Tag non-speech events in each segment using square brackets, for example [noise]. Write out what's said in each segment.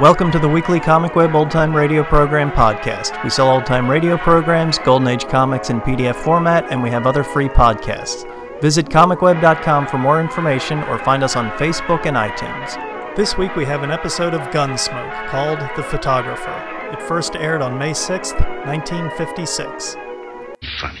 Welcome to the weekly Comic Web Old Time Radio Program podcast. We sell old time radio programs, Golden Age comics in PDF format, and we have other free podcasts. Visit comicweb.com for more information or find us on Facebook and iTunes. This week we have an episode of Gunsmoke called The Photographer. It first aired on May 6th, 1956. Funny.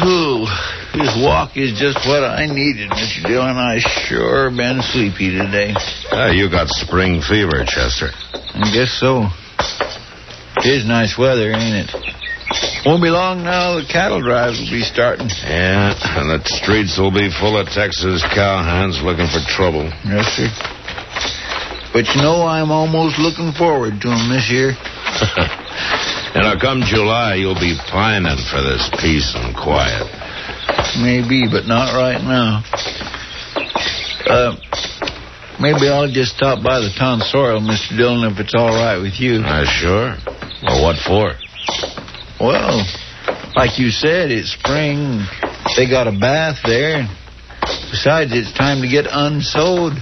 Cool. This walk is just what I needed, Mr. Dillon. I sure been sleepy today. Ah, you got spring fever, Chester. I guess so. It is nice weather, ain't it? Won't be long now. The cattle drives will be starting. Yeah, and the streets will be full of Texas cowhands looking for trouble. [laughs] Yes, sir. But you know, I'm almost looking forward to 'em this year. You know, come July, you'll be pining for this peace and quiet. Maybe, but not right now. Uh, maybe I'll just stop by the tonsorial, Mr. Dillon, if it's all right with you. Uh, sure. Well, what for? Well, like you said, it's spring. They got a bath there. Besides, it's time to get unsowed.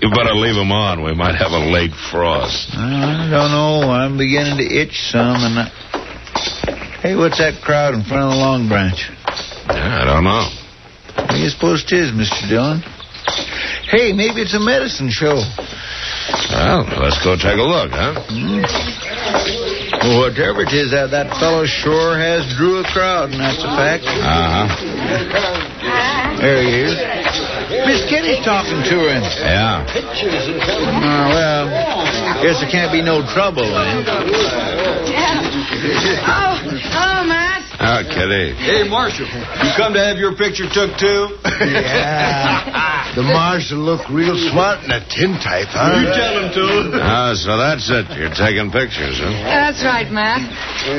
you better leave 'em on. We might have a late frost. I don't know. I'm beginning to itch some, and I... hey, what's that crowd in front of the Long Branch? Yeah, I don't know. What do you suppose it is, Mister Dillon? Hey, maybe it's a medicine show. Well, let's go take a look, huh? Well, whatever it is, that that fellow sure has drew a crowd, and that's a fact. Uh huh. There he is. Miss Kitty's talking to him. Yeah. Ah, well, guess there can't be no trouble. Eh? [laughs] Oh, oh, Matt. Oh, Kitty. Hey, Marshal, you come to have your picture took too? Yeah. The marshal looked real smart in a tintype, huh? You tell him to. Ah, so that's it. You're taking pictures, huh? That's right, Matt.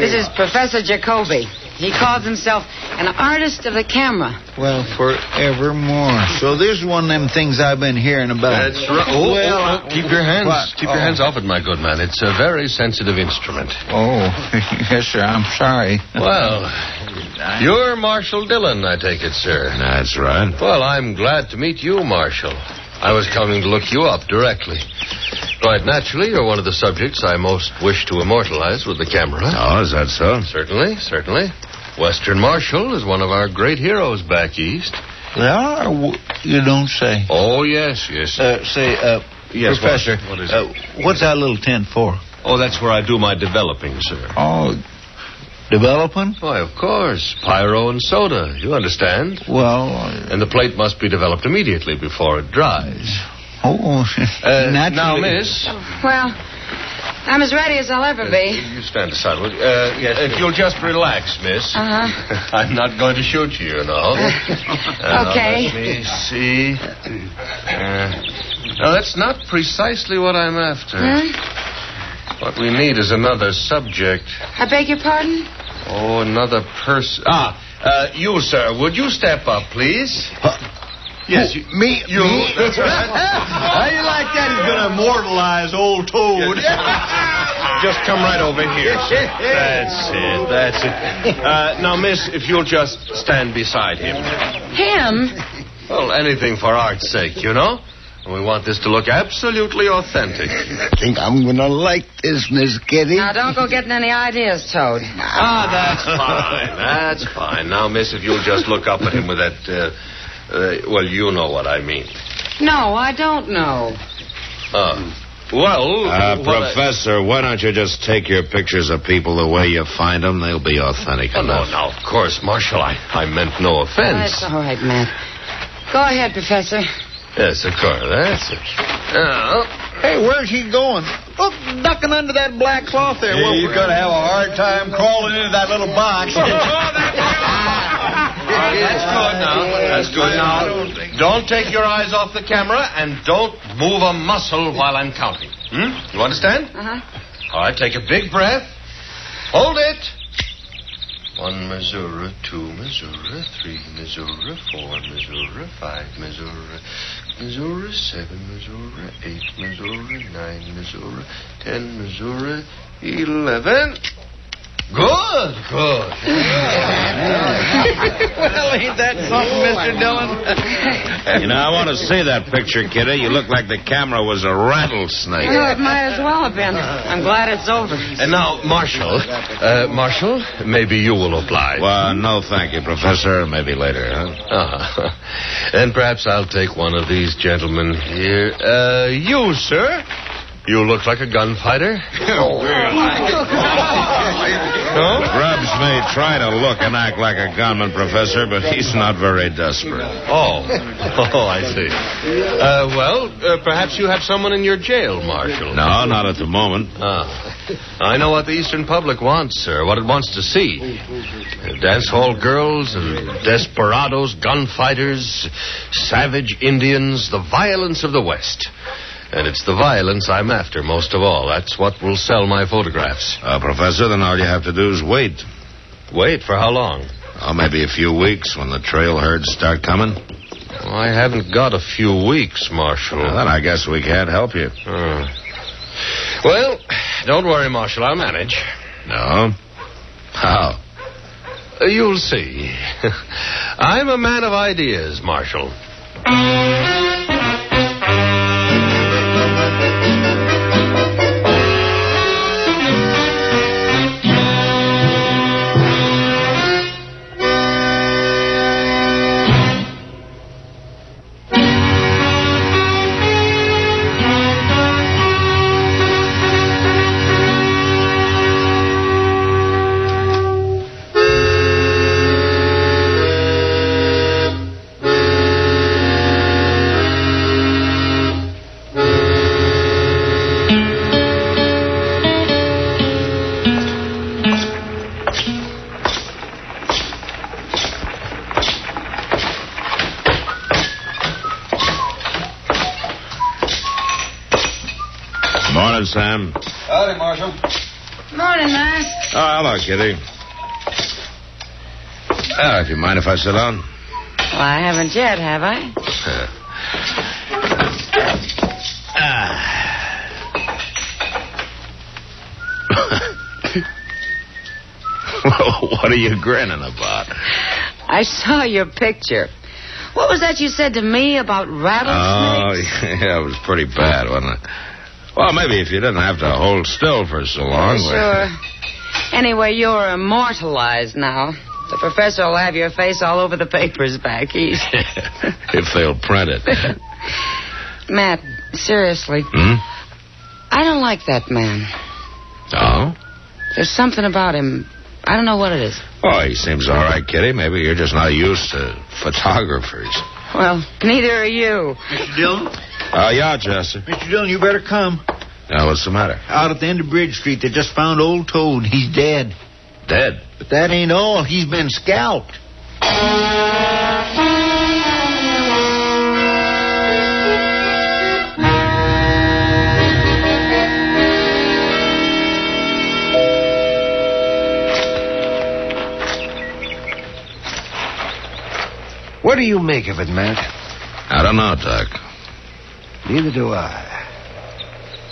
This is Professor Jacoby. He calls himself an artist of the camera. Well, forevermore. So this is one of them things I've been hearing about. That's right. Oh, Well, oh, oh, keep your hands, What? keep your Oh. hands off it, my good man. It's a very sensitive instrument. Oh, [laughs] yes, sir. I'm sorry. Well, you're Marshal Dillon, I take it, sir. That's right. Well, I'm glad to meet you, Marshal. I was coming to look you up directly. Quite naturally, you're one of the subjects I most wish to immortalize with the camera. Oh, is that so? Certainly, certainly. Western Marshal is one of our great heroes back east. There are. W- you don't say. Oh, yes, yes. Uh, say, uh, Yes, what- Professor, what is it? uh, what's that little tent for? Oh, that's where I do my developing, sir. Oh, developing? Why, of course. Pyro and soda. You understand? Well, uh, And the plate must be developed immediately before it dries. oh, [laughs] Uh, naturally. now, miss. Well, I'm as ready as I'll ever be. You stand aside, will you? Uh, yes, if you'll just relax, miss. Uh-huh. [laughs] I'm not going to shoot you, you know. [laughs] Uh, Okay. Let me see. Uh, now, that's not precisely what I'm after. What we need is another subject. I beg your pardon? Oh, another person. Ah, Uh, you, sir, would you step up, please? Yes, you, Me, you. me? That's right. How you like that? He's gonna immortalize old Toad. Just come right over [laughs] here. That's it. That's it. Uh, now, miss, if you'll just stand beside him. Him? Well, anything for art's sake, you know. And we want this to look absolutely authentic. I think I'm gonna like this, Miss Kitty. Now, don't go getting any ideas, Toad. Ah, that's [laughs] fine. That's fine. Now, miss, if you'll just look up at him with that. Uh, uh, well, you know what I mean. No, I don't know. Uh, well. Uh, what I- Professor, why don't you just take your pictures of people the way you find them? They'll be authentic Oh, no, enough. no, of course, Marshal. I, I meant no offense. That's all right, Matt. Go ahead, Professor. Yes, of course. That's it. Uh, Hey, where's he going? Look, ducking under that black cloth there. Yeah, you're gonna have a hard time crawling into that little [laughs] box. that's good now. That's good now. Don't take your eyes off the camera and don't move a muscle while I'm counting. Hmm? You understand? Uh-huh. All right, take a big breath. Hold it. One Missouri, two Missouri, three Missouri, four Missouri, five Missouri, Missouri, seven Missouri, eight Missouri, nine Missouri, ten Missouri, eleven. Good, good. [laughs] well, ain't that Oh, something, Mr. [laughs] Dillon? You know, I want to see that picture, kiddo. You look like the camera was a Oh, rattlesnake. Well, it might as well have been. I'm glad it's over. And now, Marshal, uh, Marshal, maybe you will oblige. Well, no, thank you, Professor. Maybe later, huh? Ah, [laughs] and perhaps I'll take one of these gentlemen here. Uh, you, sir. You look like a [laughs] Oh, gunfighter. [laughs] no? Grubbs may try to look and act like a gunman, Professor, but he's not very desperate. Oh, [laughs] oh, I see. Uh, well, uh, perhaps you have someone in your jail, Marshal. No, not at the moment. Ah, I know what the Eastern public wants, sir. What it wants to see: Uh, dance hall girls and desperados, gunfighters, savage Indians, the violence of the West. And it's the violence I'm after most of all. That's what will sell my photographs. Uh, Professor, then all you have to do is wait. Wait for how long? Oh, maybe a few weeks when the trail herds start coming. Oh, I haven't got a few weeks, Marshal. Well, then I guess we can't help you. Uh, well, don't worry, Marshal. I'll manage. No? How? Uh, You'll see. [laughs] I'm a man of ideas, Marshal. Morning, Sam. Howdy, Marshal. Morning, Matt. Oh, hello, Kitty. Uh, do you mind if I sit down? [laughs] Well, I haven't yet, have I? what are you grinning about? I saw your picture. What was that you said to me about Oh, rattlesnakes? [laughs] yeah, it was pretty bad, wasn't it? Well, maybe if you didn't have to hold still for so Oh, long. sure. Anyway, you're immortalized now. The professor will have your face all over the papers back east. [laughs] if they'll print it. Matt, seriously, Hmm? I don't like that man. Oh? There's something about him. I don't know what it is. Oh, he seems all right, Kitty. Maybe you're just not used to photographers. Well, neither are you. Mr. Dillon, Oh, yeah, Chester. Mr. Dillon, you better come. Now, what's the matter? Out at the end of Bridge Street, they just found old Toad. He's dead. Dead. But that ain't all. He's been scalped. What do you make of it, Matt? I don't know, Doc. Neither do I.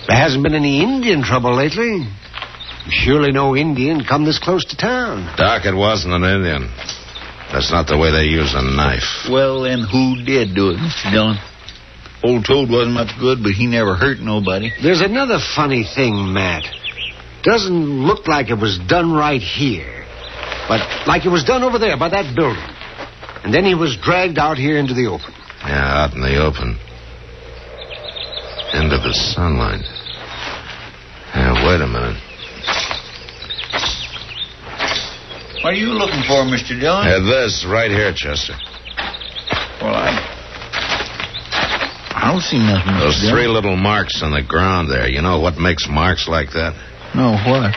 There hasn't been any Indian trouble lately. Surely no Indian come this close to town. Doc, it wasn't an Indian. That's not the way they use a knife. Well, then who did do it, Mr. Dillon? Old Toad wasn't much good, but he never hurt nobody. There's another funny thing, Matt. Doesn't look like it was done right here, but like it was done over there by that building. And then he was dragged out here into the open. Yeah, out in the open. Into the sunlight. Yeah, wait a minute. What are you looking for, Mr. Dillon? Yeah, this right here, Chester. Well, I. I don't see nothing. Mr. Those three Dillon. little marks on the ground there. You know what makes marks like that? No, what?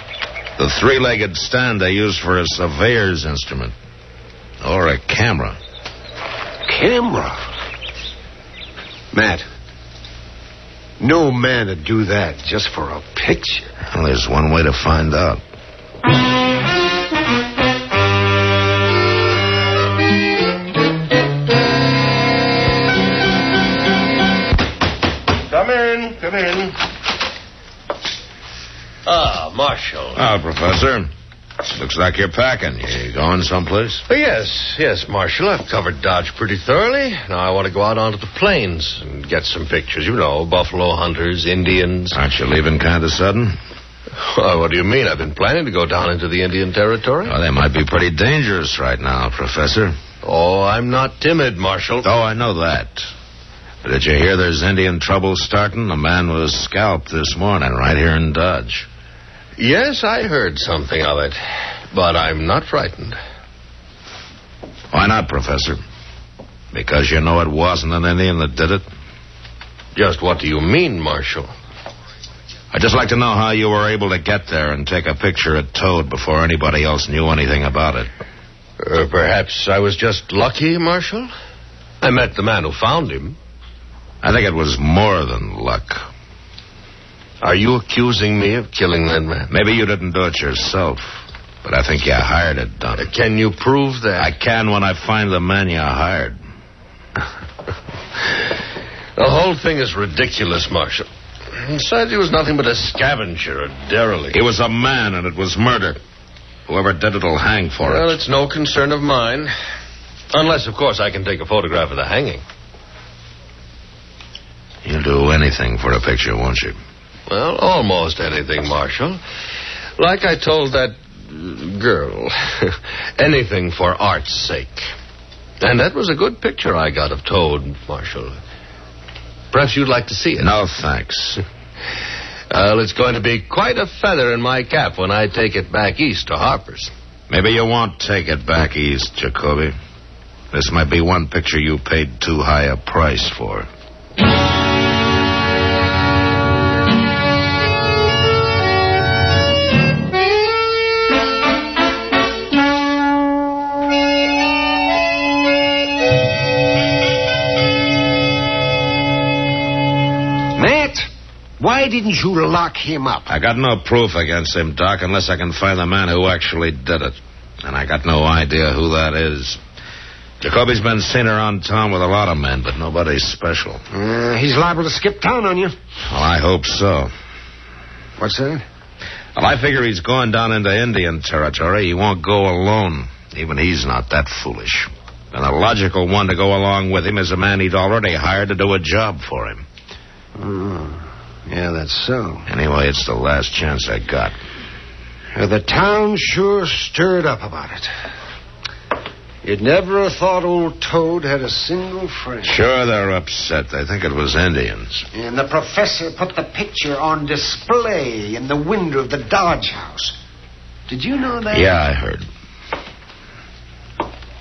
The three legged stand they use for a surveyor's instrument. Or a camera. Camera. Matt, no man would do that just for a picture. Well, there's one way to find out. Come in, come in. Ah, Marshal. Well, Professor, looks like you're packing. You going someplace? Oh, Yes, yes, Marshal. I've covered Dodge pretty thoroughly. Now I want to go out onto the plains and get some pictures. You know, buffalo hunters, Indians. Aren't you leaving kind of sudden? Well, what do you mean? I've been planning to go down into the Indian Territory. Well, Oh, they might be pretty dangerous right now, Professor. Oh, I'm not timid, Marshal. Oh, I know that. But did you hear there's Indian trouble starting? A man was scalped this morning right here in Dodge. Yes, I heard something of it, but I'm not frightened. Why not, Professor? Because you know it wasn't an Indian that did it? Just what do you mean, Marshal? I'd just like to know how you were able to get there and take a picture of Toad before anybody else knew anything about it. Uh, perhaps I was just lucky, Marshal. I met the man who found him. I think it was more than luck. Are you accusing me of killing that man? Maybe you didn't do it yourself, but I think you hired it done. Uh, Can you prove that? I can when I find the man you hired. [laughs] The whole thing is ridiculous, Marshal. Besides, he was nothing but a scavenger, a derelict. He was a man, and it was murder. Whoever did it'll hang for Well, it. it's no concern of mine. Unless, of course, I can take a photograph of the hanging. You'll do anything for a picture, won't you? Well, almost anything, Marshal. Like I told that uh, girl, [laughs] anything for art's sake. And that was a good picture I got of Toad, Marshal. Perhaps you'd like to see it. No, thanks. [laughs] Well, it's going to be quite a feather in my cap when I take it back east to Harper's. Maybe you won't take it back east, Jacoby. This might be one picture you paid too high a price for. Matt, why didn't you lock him up? I got no proof against him, Doc, unless I can find the man who actually did it. And I got no idea who that is. Jacoby's been seen around town with a lot of men, but nobody special. Well, Uh, he's liable to skip town on you. I hope so. What's that? Well, I figure he's going down into Indian territory. He won't go alone. Even he's not that foolish. And the logical one to go along with him is a man he'd already hired to do a job for him. Hmm. Yeah, that's so. Anyway, it's the last chance I got. Uh, the town sure stirred up about it. You'd never have thought old Toad had a single friend. Sure, they're upset. They think it was Indians. And the professor put the picture on display in the window of the Dodge house. Did you know that? Yeah, I heard.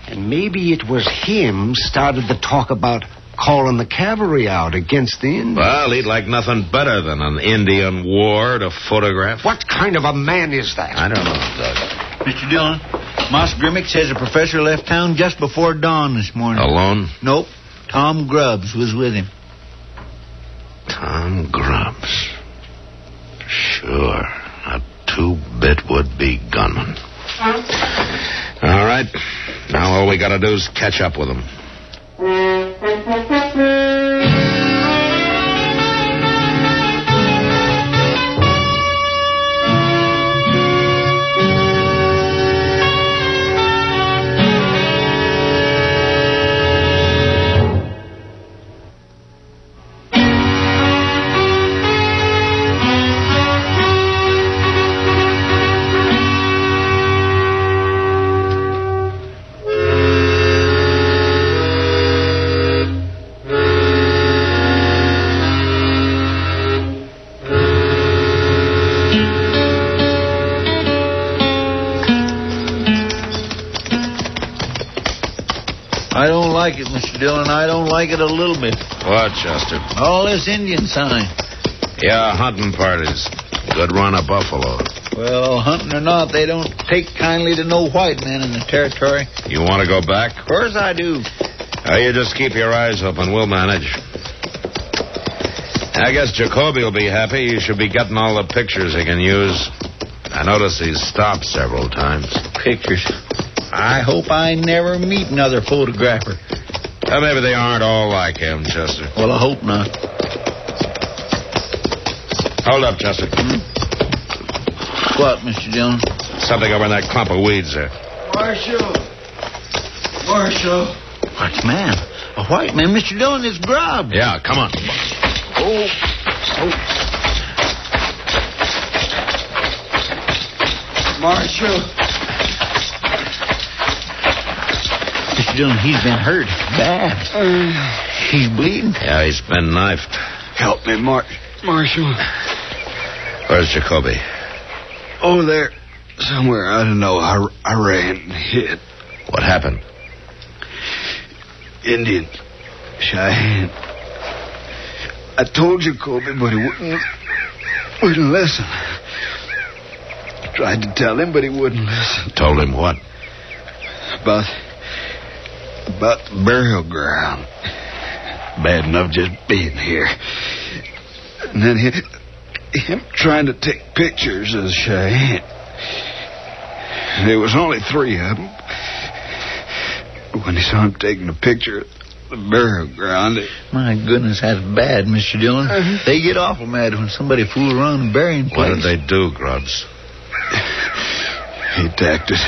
And maybe it was him started the talk about calling the cavalry out against the Indians. Well, he'd like nothing better than an Indian war to photograph. What kind of a man is that? I don't know, Mr. Dillon, Moss Grimmick says the professor left town just before dawn this morning. Doug. Alone? Nope. Tom Grubbs was with him. Tom Grubbs. Sure. A two bit would be gunman. All right. Now all we gotta do is catch up with him. I don't like it, Mr. Dillon. I don't like it a little bit. What, Chester? All this Indian sign. Yeah, hunting parties. Good run of buffalo. Well, hunting or not, they don't take kindly to no white men in the territory. You want to go back? Of course I do. Uh, you just keep your eyes open. We'll manage. I guess Jacoby will be happy. You should be getting all the pictures he can use. I notice he's stopped several times. Pictures? I hope I never meet another photographer. Uh, maybe they aren't all like him, Chester. Well, I hope not. Hold up, Chester. What, Mr. Dillon? Something over in that clump of weeds there. Marshal! Marshal! White man? A white man? Mr. Dillon is grabbed. Yeah, come on. Oh. Marshal! Mr. Dillon, he's been hurt bad. He's bleeding. Yeah, he's been knifed. Help me, Mar- Marshal. Where's Jacoby? Oh, there. Somewhere. I don't know. I, I ran and hit. What happened? Indian. Cheyenne. I told Jacoby, but he wouldn't, wouldn't listen. Tried to tell him, but he wouldn't listen. Told him what? About, about the burial ground. Bad enough just being here. And then him, him trying to take pictures of Cheyenne. There was only three of them. When he saw him taking a picture of the burial ground, it- Uh-huh. My goodness, that's bad, Mr. Dillon. They get awful mad when somebody fools around a burying What place. did they do, Grubbs? he attacked us.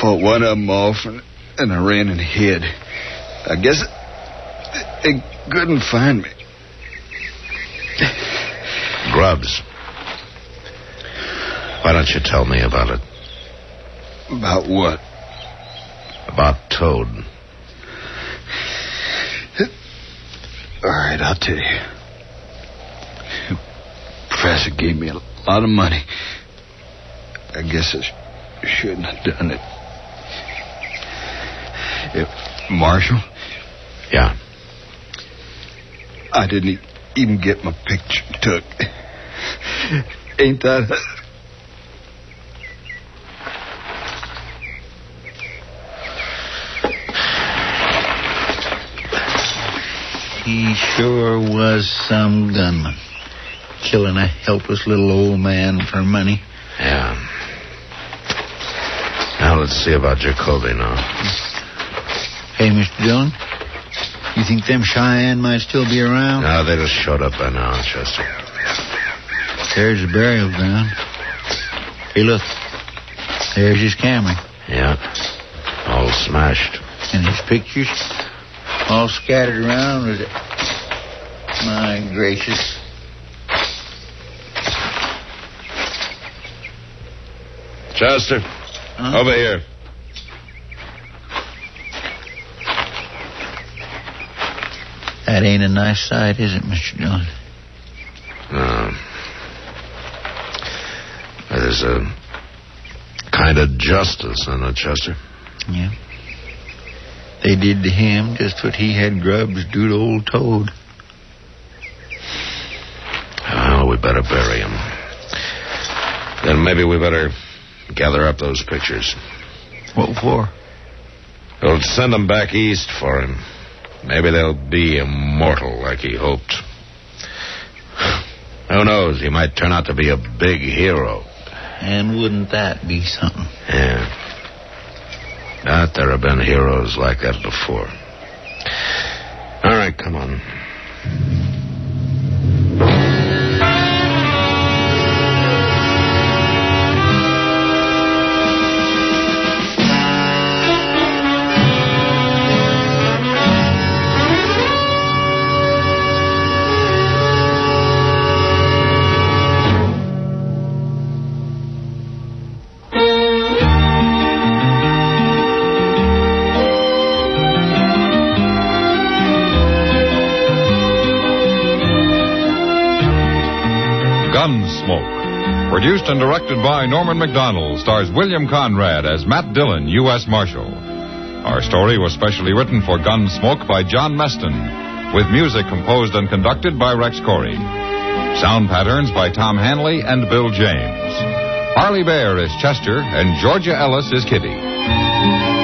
Fought one of them off, and, and I ran and hid. I guess they couldn't find me. Grubbs. Why don't you tell me about it? About what? About Toad. All right, I'll tell you. Professor gave me a lot of money. I guess I sh- shouldn't have done it. If Marshall, Yeah. I didn't e- even get my picture took. Ain't that? He sure was some gunman. Killing a helpless little old man for money. Yeah. Now let's see about Jacoby now. Hey, Mr. Dillon, you think them Cheyenne might still be around? No, Ah, they just showed up by now, Chester. There's the burial ground. Hey, look. There's his camera Yeah. All smashed. and his pictures all scattered around with it. My gracious. Chester, Huh? over here. That ain't a nice sight, is it, Mr. Dillon? No. There's a kind of justice in it, Chester. Yeah. They did to him just what he had Grubbs do to old Toad. Well, Ah, we better bury him. Then maybe we better gather up those pictures. What for? We'll send them back east for him. Maybe they'll be immortal like he hoped. [sighs] Who knows? He might turn out to be a big hero. And wouldn't that be something? Yeah. Not there have been heroes like that before. All right, come on. Gunsmoke. Produced and directed by Norman McDonald, stars William Conrad as Matt Dillon, U.S. Marshal. Our story was specially written for Gunsmoke by John Meston, with music composed and conducted by Rex Corey. Sound patterns by Tom Hanley and Bill James. Harley Bear is Chester, and Georgia Ellis is Kitty.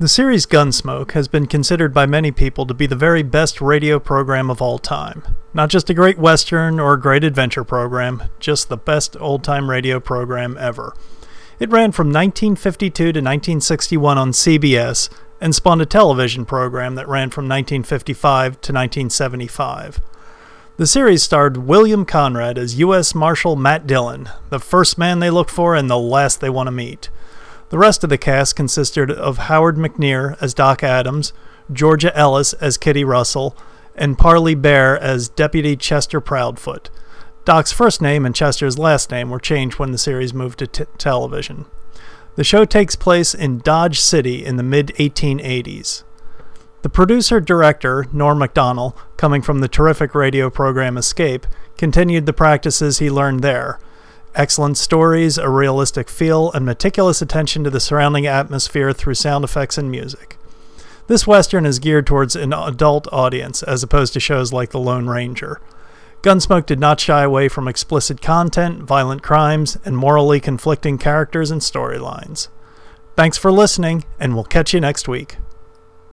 The series Gunsmoke has been considered by many people to be the very best radio program of all time. Not just a great Western or a great adventure program, just the best old time radio program ever. It ran from 1952 to 1961 on CBS and spawned a television program that ran from 1955 to 1975. The series starred William Conrad as U.S. Marshal Matt Dillon, the first man they look for and the last they want to meet. The rest of the cast consisted of Howard McNear as Doc Adams, Georgia Ellis as Kitty Russell, and Parley Bear as Deputy Chester Proudfoot. Doc's first name and Chester's last name were changed when the series moved to t- television. The show takes place in Dodge City in the mid 1880s. The producer director, Norm MacDonald, coming from the terrific radio program Escape, continued the practices he learned there excellent stories, a realistic feel, and meticulous attention to the surrounding atmosphere through sound effects and music. This Western is geared towards an adult audience as opposed to shows like The Lone Ranger. Gunsmoke did not shy away from explicit content, violent crimes, and morally conflicting characters and storylines. Thanks for listening, and we'll catch you next week.